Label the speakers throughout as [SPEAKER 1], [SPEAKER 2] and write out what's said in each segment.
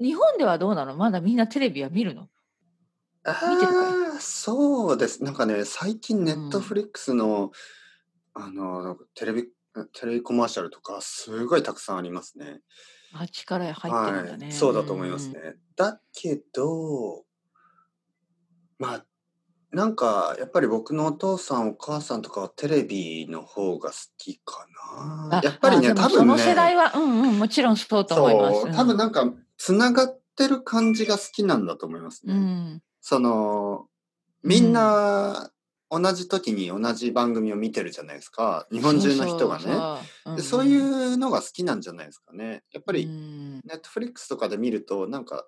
[SPEAKER 1] 日本ではどうなのまだみんなテレビは見るの
[SPEAKER 2] あ
[SPEAKER 1] 見てるかい
[SPEAKER 2] あ、そうです。なんかね、最近ネ
[SPEAKER 1] うん
[SPEAKER 2] ットフリックスの、あの、なんかテレビ、テレビコマーシャルとか、すごいたくさんありますね。
[SPEAKER 1] あ力入ってるんだね、
[SPEAKER 2] はい、そうだと思いますね。だけど、まあ、なんか、やっぱり僕のお父さん、お母さんとかはテレビの方が好きか
[SPEAKER 1] うん
[SPEAKER 2] な。やっぱり
[SPEAKER 1] あ
[SPEAKER 2] ね、
[SPEAKER 1] でも
[SPEAKER 2] 多
[SPEAKER 1] そ
[SPEAKER 2] 分
[SPEAKER 1] の
[SPEAKER 2] ね、
[SPEAKER 1] 世代はうんうんもちろんそうと思います
[SPEAKER 2] そうう、
[SPEAKER 1] ん
[SPEAKER 2] 多分なんか、つながってる感じが好きなんだと思いますね。
[SPEAKER 1] うん
[SPEAKER 2] そのみんな同じ時に同じ番組を見てるじゃないですか日本中の人がね
[SPEAKER 1] そうそうそう,んん、
[SPEAKER 2] でそういうのが好きなんじゃないですかねやっ
[SPEAKER 1] う
[SPEAKER 2] ぱり
[SPEAKER 1] ん
[SPEAKER 2] ネットフリックスとかで見るとなんか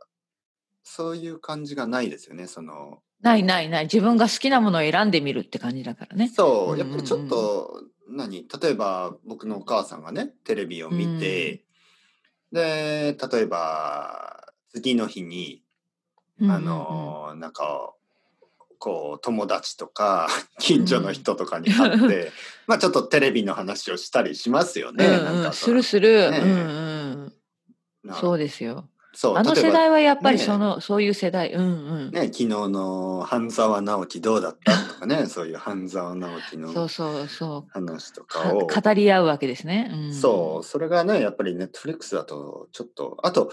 [SPEAKER 2] そういう感じがないですよねその
[SPEAKER 1] ないないない自分が好きなものを選んでみるって感じだからね
[SPEAKER 2] そううんやっぱりちょっと何例えば僕のお母さんがねテレビを見てで例えば次の日にあのーなんかこう友達とか 近所の人とかに会って、 まあちょっとテレビの話をしたりしますよね。
[SPEAKER 1] うんうん
[SPEAKER 2] なん
[SPEAKER 1] うんう
[SPEAKER 2] か
[SPEAKER 1] ん、
[SPEAKER 2] そ
[SPEAKER 1] す
[SPEAKER 2] の
[SPEAKER 1] るする、
[SPEAKER 2] ね
[SPEAKER 1] うんうん
[SPEAKER 2] な
[SPEAKER 1] そうですよ
[SPEAKER 2] そう
[SPEAKER 1] あの
[SPEAKER 2] 例
[SPEAKER 1] 世
[SPEAKER 2] えば
[SPEAKER 1] 代はやっぱり
[SPEAKER 2] ね
[SPEAKER 1] その、そういう世代うんうん、
[SPEAKER 2] ね昨日の半沢直樹どうだったとかねそういう半沢直樹
[SPEAKER 1] そう
[SPEAKER 2] の
[SPEAKER 1] そうそう
[SPEAKER 2] 話とか
[SPEAKER 1] か
[SPEAKER 2] を。
[SPEAKER 1] 語り合うわけですね、うん、
[SPEAKER 2] そうそれがねやっぱりネットフリックスだとちょっとあと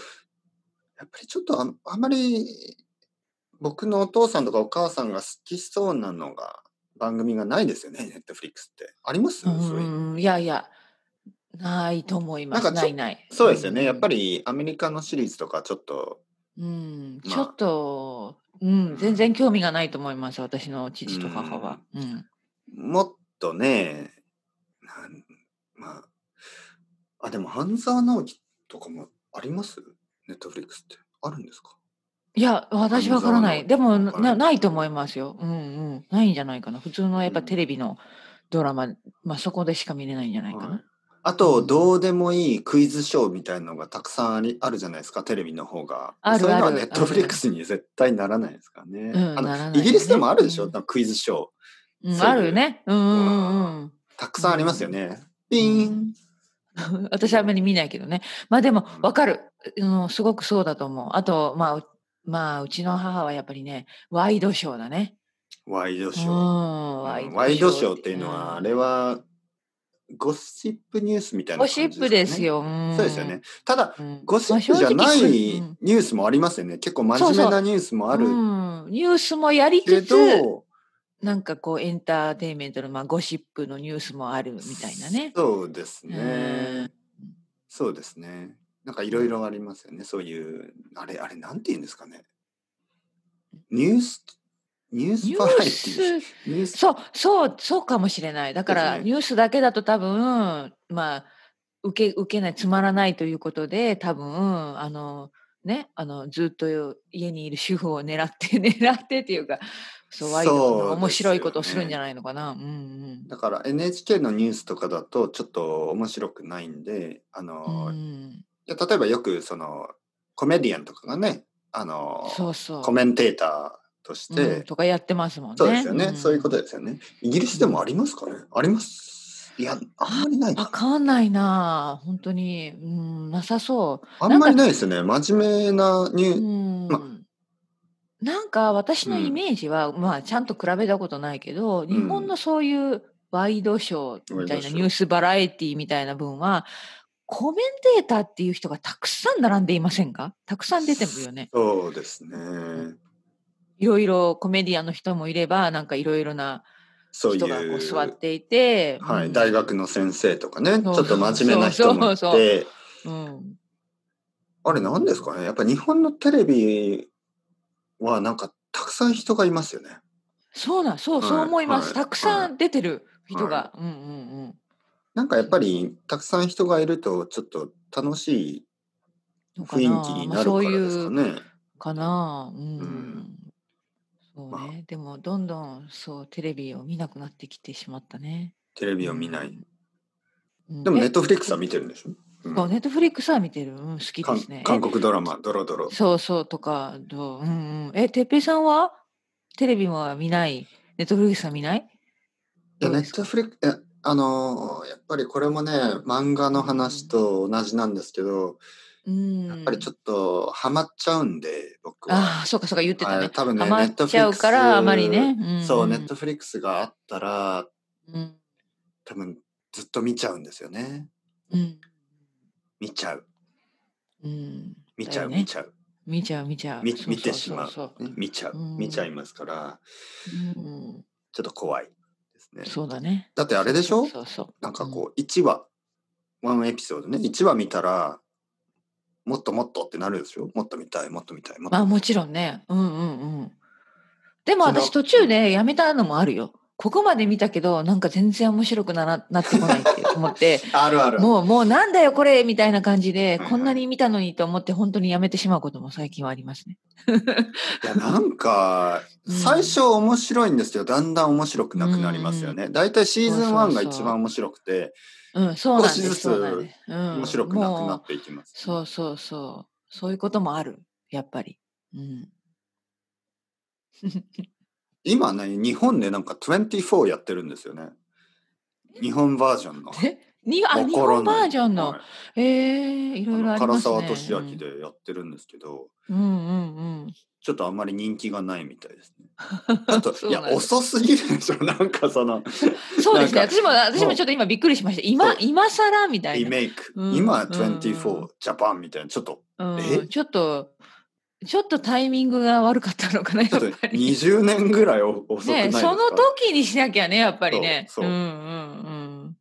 [SPEAKER 2] やっぱりちょっとああまり僕のお父さんとかお母さんが好きそうなのが番組がないですよねネットフリックスってあります、
[SPEAKER 1] うん
[SPEAKER 2] そうういうん
[SPEAKER 1] うんいやいやないと思いますな
[SPEAKER 2] な
[SPEAKER 1] ん
[SPEAKER 2] かちょ
[SPEAKER 1] いない
[SPEAKER 2] そうですよね、やっぱ、りアメリカのシリーズとかちょっと
[SPEAKER 1] うんうん
[SPEAKER 2] まあ
[SPEAKER 1] ちょっと、うん、全然興味がないと思います私の父と母は、うん
[SPEAKER 2] もっとねなんまああでも半沢直樹とかもありますネットフリックスってあるんですか
[SPEAKER 1] いや私わからないで
[SPEAKER 2] 半沢
[SPEAKER 1] も
[SPEAKER 2] 直樹わからない
[SPEAKER 1] なないと思いますよ、うんうん、ないんじゃないかな普通のやっぱテレビのドラマ、まあ、そこでしか見れないんじゃないかな、
[SPEAKER 2] はいあと、
[SPEAKER 1] うん
[SPEAKER 2] どうでもいいクイズショーみたいのがたくさんありあるじゃないですかテレビの方が
[SPEAKER 1] ある
[SPEAKER 2] そういうのは
[SPEAKER 1] ある
[SPEAKER 2] ネットフリックスに絶対ならないですからね、
[SPEAKER 1] うん
[SPEAKER 2] あの
[SPEAKER 1] ならないね
[SPEAKER 2] イギリスでもあるでしょ、
[SPEAKER 1] うん
[SPEAKER 2] なんかクイズショー
[SPEAKER 1] うん、
[SPEAKER 2] そう
[SPEAKER 1] あるよねうんうんうん
[SPEAKER 2] たくさんありますよね、ピーン、
[SPEAKER 1] うん 私はあんまり見ないけどね。まあでも
[SPEAKER 2] うん
[SPEAKER 1] わかる、うん。すごくそうだと思う。あと、まあ、うまあ、うちの母はやっぱりね、ワイドショーだね。
[SPEAKER 2] ワイドシ
[SPEAKER 1] う
[SPEAKER 2] ョー、
[SPEAKER 1] ん
[SPEAKER 2] うんワイドショーっていうのはあれはゴシップニュースみたい
[SPEAKER 1] ゴ
[SPEAKER 2] な感じ
[SPEAKER 1] シ
[SPEAKER 2] ですか、ね、
[SPEAKER 1] ップですよ。うん
[SPEAKER 2] そうですよね。ただ
[SPEAKER 1] うん
[SPEAKER 2] ゴシップじゃないニ
[SPEAKER 1] まあ正直
[SPEAKER 2] ュースもありますよね結構真
[SPEAKER 1] そう
[SPEAKER 2] 面
[SPEAKER 1] そ
[SPEAKER 2] 目
[SPEAKER 1] う
[SPEAKER 2] なニュースもある
[SPEAKER 1] うんニュースもやり
[SPEAKER 2] け
[SPEAKER 1] つつ
[SPEAKER 2] ど、
[SPEAKER 1] なんかこうエンターテインメントの、まあ、ゴシップのニュースもあるみたいなね。
[SPEAKER 2] そうですね。
[SPEAKER 1] うん
[SPEAKER 2] そうですね。なんかいろいろありますよね。そういう、あれ、あれ、なんて言うんですかね。ニュース、ニュース
[SPEAKER 1] ニュ
[SPEAKER 2] バラエテ
[SPEAKER 1] ー
[SPEAKER 2] ィー。
[SPEAKER 1] ス
[SPEAKER 2] ニュース、
[SPEAKER 1] そうそうそうかもしれないだか
[SPEAKER 2] で
[SPEAKER 1] ら
[SPEAKER 2] すね
[SPEAKER 1] ニュースだけだと多分まあ受け受けないつまらないということで多分あのねあのずっと家にいる主婦を狙って 狙ってっていうかそうワイド
[SPEAKER 2] そう
[SPEAKER 1] の面白いことを
[SPEAKER 2] です
[SPEAKER 1] す
[SPEAKER 2] よね
[SPEAKER 1] るんじゃないのかな、うん
[SPEAKER 2] だから NHK のニュースとかだと、ちょっと面白くないんで、あ
[SPEAKER 1] うん、
[SPEAKER 2] の、
[SPEAKER 1] う
[SPEAKER 2] い
[SPEAKER 1] ん、
[SPEAKER 2] や例えばよく、その、コメディアンとかがね、あの、
[SPEAKER 1] そうそう
[SPEAKER 2] コメンテーターとして、
[SPEAKER 1] うんとかやってますもんね
[SPEAKER 2] そうですよね、そういうこと
[SPEAKER 1] で
[SPEAKER 2] ですよね。イギリスでもありますかねあります。いや、あんまりないか
[SPEAKER 1] わ
[SPEAKER 2] な。
[SPEAKER 1] かんないな本当に、うん、なさそう
[SPEAKER 2] あんまりないですよね。真面目なニュー、ま
[SPEAKER 1] うんなんか私の
[SPEAKER 2] うん
[SPEAKER 1] イメージは、まあちゃんと比べたことないけど日本のそういうワイドショーみた
[SPEAKER 2] ワイド
[SPEAKER 1] い
[SPEAKER 2] シ
[SPEAKER 1] な
[SPEAKER 2] ョー
[SPEAKER 1] ニュースバラエティみたいな分はコメンテーターっていう人がたくさん並んでいませんかたくさん出てるよね。
[SPEAKER 2] そうですね。
[SPEAKER 1] いろいろコメディアンの人もいればなんかいろいろな
[SPEAKER 2] そうい
[SPEAKER 1] 人がこ
[SPEAKER 2] う
[SPEAKER 1] う座っていて
[SPEAKER 2] は
[SPEAKER 1] う
[SPEAKER 2] い、
[SPEAKER 1] ん
[SPEAKER 2] 大学の先生とかね、ち
[SPEAKER 1] そ
[SPEAKER 2] ょ
[SPEAKER 1] う
[SPEAKER 2] っと真面目な人もい
[SPEAKER 1] そうそうそ
[SPEAKER 2] て、
[SPEAKER 1] うん
[SPEAKER 2] あれ何ですかね。やっぱ日本のテレビはなんかたくさん人がいますよね。
[SPEAKER 1] そうなんそうそう
[SPEAKER 2] はい
[SPEAKER 1] 思います、
[SPEAKER 2] はい
[SPEAKER 1] たくさん出てる人が、うんうんうん
[SPEAKER 2] なんかやっぱりたくさん人がいるとちょっと楽しい
[SPEAKER 1] のか
[SPEAKER 2] 雰
[SPEAKER 1] な
[SPEAKER 2] 囲気に
[SPEAKER 1] ま
[SPEAKER 2] な
[SPEAKER 1] あ
[SPEAKER 2] る
[SPEAKER 1] そ
[SPEAKER 2] か
[SPEAKER 1] う
[SPEAKER 2] ら
[SPEAKER 1] い
[SPEAKER 2] で
[SPEAKER 1] う
[SPEAKER 2] すかね。
[SPEAKER 1] かなあうん、
[SPEAKER 2] うん
[SPEAKER 1] そうね、
[SPEAKER 2] まあ
[SPEAKER 1] でもどんどんそうテレビを見なくなってきてしまったね
[SPEAKER 2] テレビを見ない。
[SPEAKER 1] うん
[SPEAKER 2] でも
[SPEAKER 1] え
[SPEAKER 2] ネットフリックスは見てるんでしょ、うん
[SPEAKER 1] そうネットフリックスは見てる、うん、好きで
[SPEAKER 2] 韓
[SPEAKER 1] すね
[SPEAKER 2] 韓国ドラマ、ドロドロ
[SPEAKER 1] え。そうそうとかどううんうんえてっぺいさんはテレビも見ないネットフリックスは見ない
[SPEAKER 2] いや、
[SPEAKER 1] ど
[SPEAKER 2] ネ
[SPEAKER 1] うです
[SPEAKER 2] ッ
[SPEAKER 1] か
[SPEAKER 2] トフリックス、あのーやっぱりこれもね、漫画の話と同じなんですけど、
[SPEAKER 1] うん、
[SPEAKER 2] やっぱりちょっとハマっちゃうんで、僕は。
[SPEAKER 1] ああ、そうかそうか言ってた
[SPEAKER 2] は
[SPEAKER 1] ね
[SPEAKER 2] い。多分ね、
[SPEAKER 1] ハマ
[SPEAKER 2] ネット
[SPEAKER 1] っ
[SPEAKER 2] フ
[SPEAKER 1] ち
[SPEAKER 2] リ
[SPEAKER 1] ゃ
[SPEAKER 2] ッ
[SPEAKER 1] う
[SPEAKER 2] クス。
[SPEAKER 1] から、あまりね。ん
[SPEAKER 2] そう、ネットフリックスがあったら、
[SPEAKER 1] うん
[SPEAKER 2] 多分ずっと見ちゃうんですよね。
[SPEAKER 1] うん
[SPEAKER 2] 見ちゃう。
[SPEAKER 1] うん
[SPEAKER 2] 見ち
[SPEAKER 1] だ
[SPEAKER 2] ゃう、
[SPEAKER 1] よね
[SPEAKER 2] 見ちゃう。
[SPEAKER 1] 見ちゃう見ちゃう。
[SPEAKER 2] み
[SPEAKER 1] そうそう
[SPEAKER 2] 見てしま。
[SPEAKER 1] そう
[SPEAKER 2] ね見ちゃう。
[SPEAKER 1] うん
[SPEAKER 2] 見ちゃいますから、
[SPEAKER 1] うそううん
[SPEAKER 2] ちょっと怖いですね。
[SPEAKER 1] そうだね。
[SPEAKER 2] だってあれでしょ
[SPEAKER 1] そうそう。
[SPEAKER 2] なんかこう、1話、ワンエピソードね、1話見たら、もっともっとってなるでしょもっと見たい、もっと見たい、もっと
[SPEAKER 1] まあもちろんね。うんうんうん。でも
[SPEAKER 2] その
[SPEAKER 1] 私途中でやめたのもあるよ。ここまで見たけど、なんか全然面白くならなってこないって思って、
[SPEAKER 2] あるある。
[SPEAKER 1] もう、もうなんだよこれみたいな感じで、
[SPEAKER 2] はい
[SPEAKER 1] こんなに見たのにと思って本当にやめてしまうことも最近はありますね。
[SPEAKER 2] いやなんか
[SPEAKER 1] うん
[SPEAKER 2] 最初面白いんですけどだんだん面白くなくなりますよね。だいたいシーズン1が一番面白くて
[SPEAKER 1] うん、そうなんで
[SPEAKER 2] 少し
[SPEAKER 1] す。
[SPEAKER 2] ずつ
[SPEAKER 1] そうなんです。うん
[SPEAKER 2] 面白くなく
[SPEAKER 1] も
[SPEAKER 2] な
[SPEAKER 1] う
[SPEAKER 2] っていきます。
[SPEAKER 1] そうそうそう。そういうこともある。やっぱり。 うん。
[SPEAKER 2] 今ね日本でなんか24やってるんですよね。日本バージョンの。
[SPEAKER 1] えにあ日
[SPEAKER 2] 心
[SPEAKER 1] 本バージョンの、
[SPEAKER 2] はい
[SPEAKER 1] えー、いろいろあ
[SPEAKER 2] あの
[SPEAKER 1] りま
[SPEAKER 2] 唐
[SPEAKER 1] すね。
[SPEAKER 2] 沢俊明でやってるんですけど、
[SPEAKER 1] うんうんうんうん。
[SPEAKER 2] ちょっとあんまり人気がないみた いですね。あと
[SPEAKER 1] そう
[SPEAKER 2] い
[SPEAKER 1] な
[SPEAKER 2] や
[SPEAKER 1] んだ
[SPEAKER 2] 遅すぎるでしょなんかその
[SPEAKER 1] そうですね。
[SPEAKER 2] なんか
[SPEAKER 1] 私も私
[SPEAKER 2] も
[SPEAKER 1] も
[SPEAKER 2] う
[SPEAKER 1] ちょっと今びっくりしました。今
[SPEAKER 2] そう
[SPEAKER 1] 今更みたい
[SPEAKER 2] リ
[SPEAKER 1] な。
[SPEAKER 2] メイク、
[SPEAKER 1] うん
[SPEAKER 2] 今
[SPEAKER 1] うん
[SPEAKER 2] 24ジャパンみたいなちょっと
[SPEAKER 1] う
[SPEAKER 2] え
[SPEAKER 1] ん、ちょっとちょっとタイミングが悪かったのかなや
[SPEAKER 2] ちょ
[SPEAKER 1] っ
[SPEAKER 2] っと
[SPEAKER 1] ぱり。
[SPEAKER 2] 20年ぐらい遅くない
[SPEAKER 1] ね
[SPEAKER 2] ですか
[SPEAKER 1] その時にしなきゃねやっぱりね。
[SPEAKER 2] そうそうん
[SPEAKER 1] うんうん。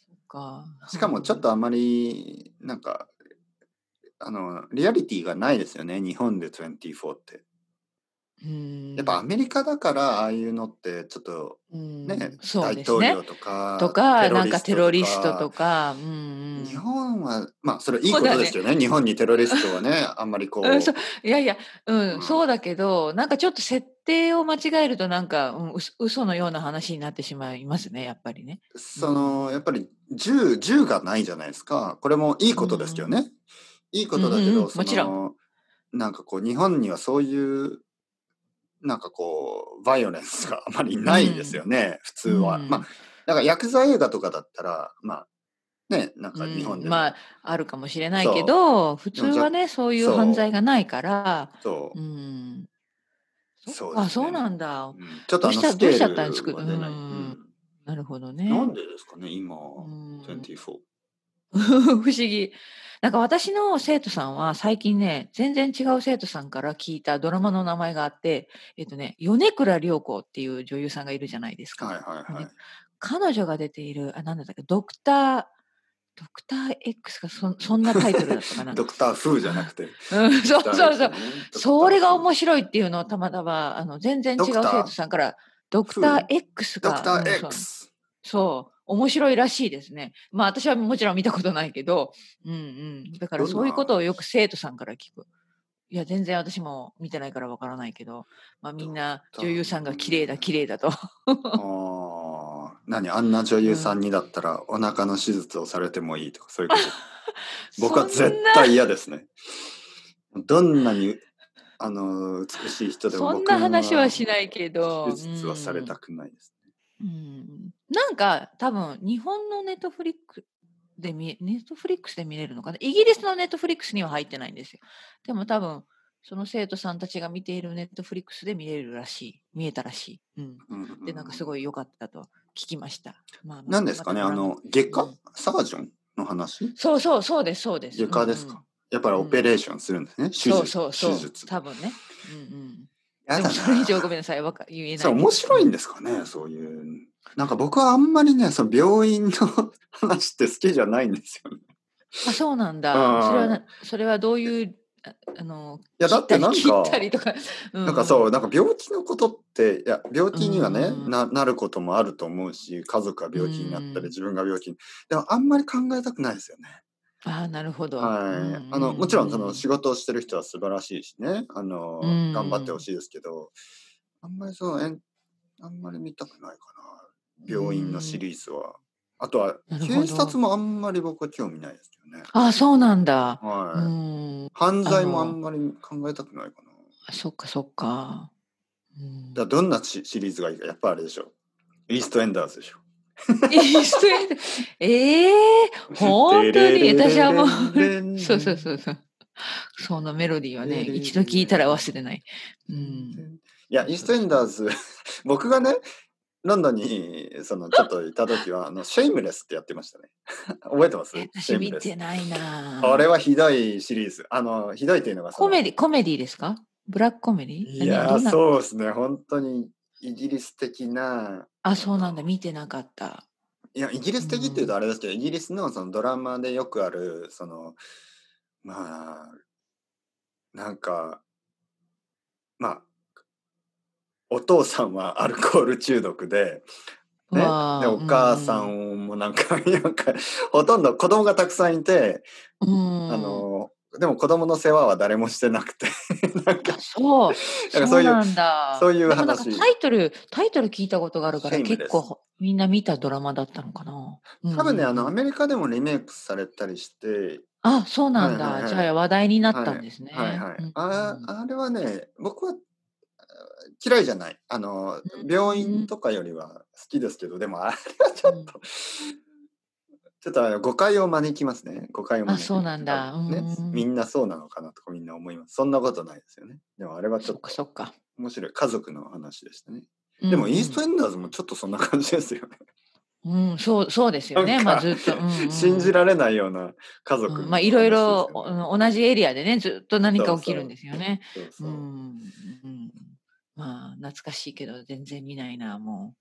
[SPEAKER 1] そっか。
[SPEAKER 2] しかもちょっとあまりなんかあのリアリティがないですよね日本で24って
[SPEAKER 1] うん。
[SPEAKER 2] やっぱアメリカだからああいうのってちょっと
[SPEAKER 1] うん
[SPEAKER 2] ね,、
[SPEAKER 1] そう
[SPEAKER 2] 大
[SPEAKER 1] です
[SPEAKER 2] 統
[SPEAKER 1] ね
[SPEAKER 2] 領。とか
[SPEAKER 1] とか
[SPEAKER 2] ロ
[SPEAKER 1] なん
[SPEAKER 2] リスト
[SPEAKER 1] かテロリストとか。うんうん。
[SPEAKER 2] 日本はまあそれいいことですよね日本にテロリストはねあんまりこう、
[SPEAKER 1] うん、そういやいや、うん
[SPEAKER 2] うん
[SPEAKER 1] そうだけどなんかちょっと設定を間違えるとなんか、うん、うす嘘のような話になってしまいますねやっぱりね。
[SPEAKER 2] そのやっぱり銃銃がないじゃないですかこれもいいことですよね、いいことだけ
[SPEAKER 1] うん
[SPEAKER 2] ど、
[SPEAKER 1] うんうん
[SPEAKER 2] その
[SPEAKER 1] もちろ
[SPEAKER 2] なんかこう日本にはそういうなんかこうバイオレンスがあまりないですよね、普通は、
[SPEAKER 1] うん
[SPEAKER 2] まあなんか薬剤映画とかだったらまあねなんか日本
[SPEAKER 1] う
[SPEAKER 2] で
[SPEAKER 1] ん
[SPEAKER 2] も、
[SPEAKER 1] まああるかもしれないけど普通はねそういう
[SPEAKER 2] そう
[SPEAKER 1] 犯罪がないから
[SPEAKER 2] そう
[SPEAKER 1] う、ん
[SPEAKER 2] そ
[SPEAKER 1] そうう
[SPEAKER 2] ですね
[SPEAKER 1] あそうなんだ
[SPEAKER 2] うんちょっと
[SPEAKER 1] どう
[SPEAKER 2] あの
[SPEAKER 1] し
[SPEAKER 2] ス
[SPEAKER 1] たど
[SPEAKER 2] ケ
[SPEAKER 1] うしちゃ
[SPEAKER 2] ール
[SPEAKER 1] ったんですか
[SPEAKER 2] が出ない、
[SPEAKER 1] うんなるほど
[SPEAKER 2] う
[SPEAKER 1] ね。
[SPEAKER 2] んなんでですかね今、
[SPEAKER 1] うん
[SPEAKER 2] 24
[SPEAKER 1] 不思議。なんか私の生徒さんは最近ね、全然違う生徒さんから聞いたドラマの名前があって、えっとね、米倉涼子っていう女優さんがいるじゃないですか。
[SPEAKER 2] はいはいはい、
[SPEAKER 1] 彼女が出ている、あ、なんだったっけ、ドクター、ドクター X がそんそんなタイトルだったかな。
[SPEAKER 2] ドクター・フーじゃなくて
[SPEAKER 1] うん、そうそうそう。それが面
[SPEAKER 2] 白
[SPEAKER 1] 白
[SPEAKER 2] い
[SPEAKER 1] いっていうのをたまたま、あの、全然違う
[SPEAKER 2] ドクタ
[SPEAKER 1] 生
[SPEAKER 2] ー
[SPEAKER 1] 徒さんから、ドクター X
[SPEAKER 2] ド
[SPEAKER 1] が、
[SPEAKER 2] クター
[SPEAKER 1] うんそう
[SPEAKER 2] X
[SPEAKER 1] そう。面白いらしいですね。まあ私はもちろん見たことないけど、うんうん。だから
[SPEAKER 2] どんな
[SPEAKER 1] そういうことをよく生徒さんから聞く。いや、全然私も見てないからわからないけど、まあみんな
[SPEAKER 2] どう
[SPEAKER 1] 女
[SPEAKER 2] だ
[SPEAKER 1] 優さんが綺麗だ綺麗だと。
[SPEAKER 2] ああ、何あんな女優さんにだったらお腹の手術をされてもいいとかそういう こと。僕は
[SPEAKER 1] そん
[SPEAKER 2] 絶
[SPEAKER 1] な
[SPEAKER 2] 対嫌ですね。どんなにあの美しい人でも
[SPEAKER 1] そん
[SPEAKER 2] 僕
[SPEAKER 1] な話はしないけど。
[SPEAKER 2] 手術はされたくないです。
[SPEAKER 1] うんうんなんか多分日本のネットフリックで見ネットフリックスで見れるのかなイギリスのネットフリックスには入ってないんですよ。でも多分その生徒さんたちが見ているネットフリックスで見れるらしい。見えたらしい。うん、
[SPEAKER 2] うん
[SPEAKER 1] でなんかすごい良かったと聞きました。まあまあ
[SPEAKER 2] 何ですかね
[SPEAKER 1] ま
[SPEAKER 2] あ
[SPEAKER 1] たご覧
[SPEAKER 2] の外
[SPEAKER 1] う
[SPEAKER 2] 科
[SPEAKER 1] ん
[SPEAKER 2] サージョンの話？
[SPEAKER 1] そうそうそうですそうです。
[SPEAKER 2] 外科です
[SPEAKER 1] うんう
[SPEAKER 2] か
[SPEAKER 1] ん？
[SPEAKER 2] やっぱりオペレーションするんですね。手
[SPEAKER 1] そう
[SPEAKER 2] 術
[SPEAKER 1] そうそう
[SPEAKER 2] 手術。
[SPEAKER 1] 多分ね。うんうん。
[SPEAKER 2] や
[SPEAKER 1] で
[SPEAKER 2] だ
[SPEAKER 1] も
[SPEAKER 2] な
[SPEAKER 1] それ以上ごめんなさいわか言えない。
[SPEAKER 2] そう面白いん
[SPEAKER 1] だ。
[SPEAKER 2] ですかねそういうなんか僕はあんまりねその病院の話って好きじゃないんですよね。
[SPEAKER 1] あそうなんだ。
[SPEAKER 2] うん
[SPEAKER 1] それはなそれはどういうああの
[SPEAKER 2] いやだってなん
[SPEAKER 1] 切っ
[SPEAKER 2] か
[SPEAKER 1] たりとか。
[SPEAKER 2] な
[SPEAKER 1] なん
[SPEAKER 2] かそうなんか病気のことっていや病気にはね、
[SPEAKER 1] うん
[SPEAKER 2] ななることもあると思うし家族が病気になった
[SPEAKER 1] うん
[SPEAKER 2] り自分が病気にでもあんまり考えたくないですよね。
[SPEAKER 1] ああ、なるほど。
[SPEAKER 2] はい、あのもちろんその仕事をしてる人は素晴らしいしねあの、
[SPEAKER 1] うん
[SPEAKER 2] 頑張ってほしいですけどあんまりそのえんあんまり見たくないかな病院のシリーズは。あとは
[SPEAKER 1] なるほど
[SPEAKER 2] 警察もあんまり僕は興味ないですけどね。
[SPEAKER 1] ああ、そうなんだ。う
[SPEAKER 2] はい、
[SPEAKER 1] ん、
[SPEAKER 2] 犯罪もあんまり考えたくないかな。
[SPEAKER 1] そっかそっか。うん
[SPEAKER 2] だからどんなシシリーズがいいかやっぱあれでしょ。イーストエンダーズでしょ。
[SPEAKER 1] ええー、 本当に私はもうそうそうそうそう。そのメロディーはね、一度聞いたら忘れない。うん。
[SPEAKER 2] いや、イーストエンダーズ、 僕がね、ロンドンにそのちょっといた時は、あの、シェイムレスってやってましたね。 覚えてます
[SPEAKER 1] 私見てないな
[SPEAKER 2] あれはひどいシリーズ。あの、ひどいっていうのが
[SPEAKER 1] コメディ、コメディですかブラックコメディ
[SPEAKER 2] いや、そうですね。本当にイギリス的な。
[SPEAKER 1] あ、そうなんだ。見てなかった。
[SPEAKER 2] いや、イギリス的っていうとあれですけど、うん、イギリスのそのドラマでよくある、その、まあ、なんか、まあ、お父さんはアルコール中毒で、ね、でお母さんもなんか、うん、なんかほとんど子供がたくさんいて、
[SPEAKER 1] うん、
[SPEAKER 2] あのでも子供の世話は誰もして なくてなんか
[SPEAKER 1] そう
[SPEAKER 2] なんかそういうそういう話
[SPEAKER 1] タイトルタイトル聞いたことがあるから結構みんな見たドラマだったのかな、
[SPEAKER 2] 多分ね、うん、あのアメリカでもリメイクされたりして
[SPEAKER 1] あそうなんだ、はいはいはい、じゃあ話題になったんですね、
[SPEAKER 2] はい、はいはい、ああれはね僕は嫌いじゃない。あの、病院とかよりは好きですけど、うん、でもあれはちょっと、うん、ちょっと誤解を招きますね。誤解を招き
[SPEAKER 1] あ、そうなんだ、うん
[SPEAKER 2] ね、みんなそうなのかなとかみんな思います。そんなことないですよね。でもあれはちょっと、
[SPEAKER 1] そっか
[SPEAKER 2] 面白い。家族の話でしたね。でも、イーストエンダーズもちょっとそんな感じですよね。
[SPEAKER 1] うん、そう、そうですよね。まあ、ずっと、うんうん、
[SPEAKER 2] 信じられないような家族、
[SPEAKER 1] ね、まあ、いろいろ、同じエリアでね、ずっと何か起きるんですよね。
[SPEAKER 2] そうそうそうそう
[SPEAKER 1] まあ、懐かしいけど、全然見ないな、も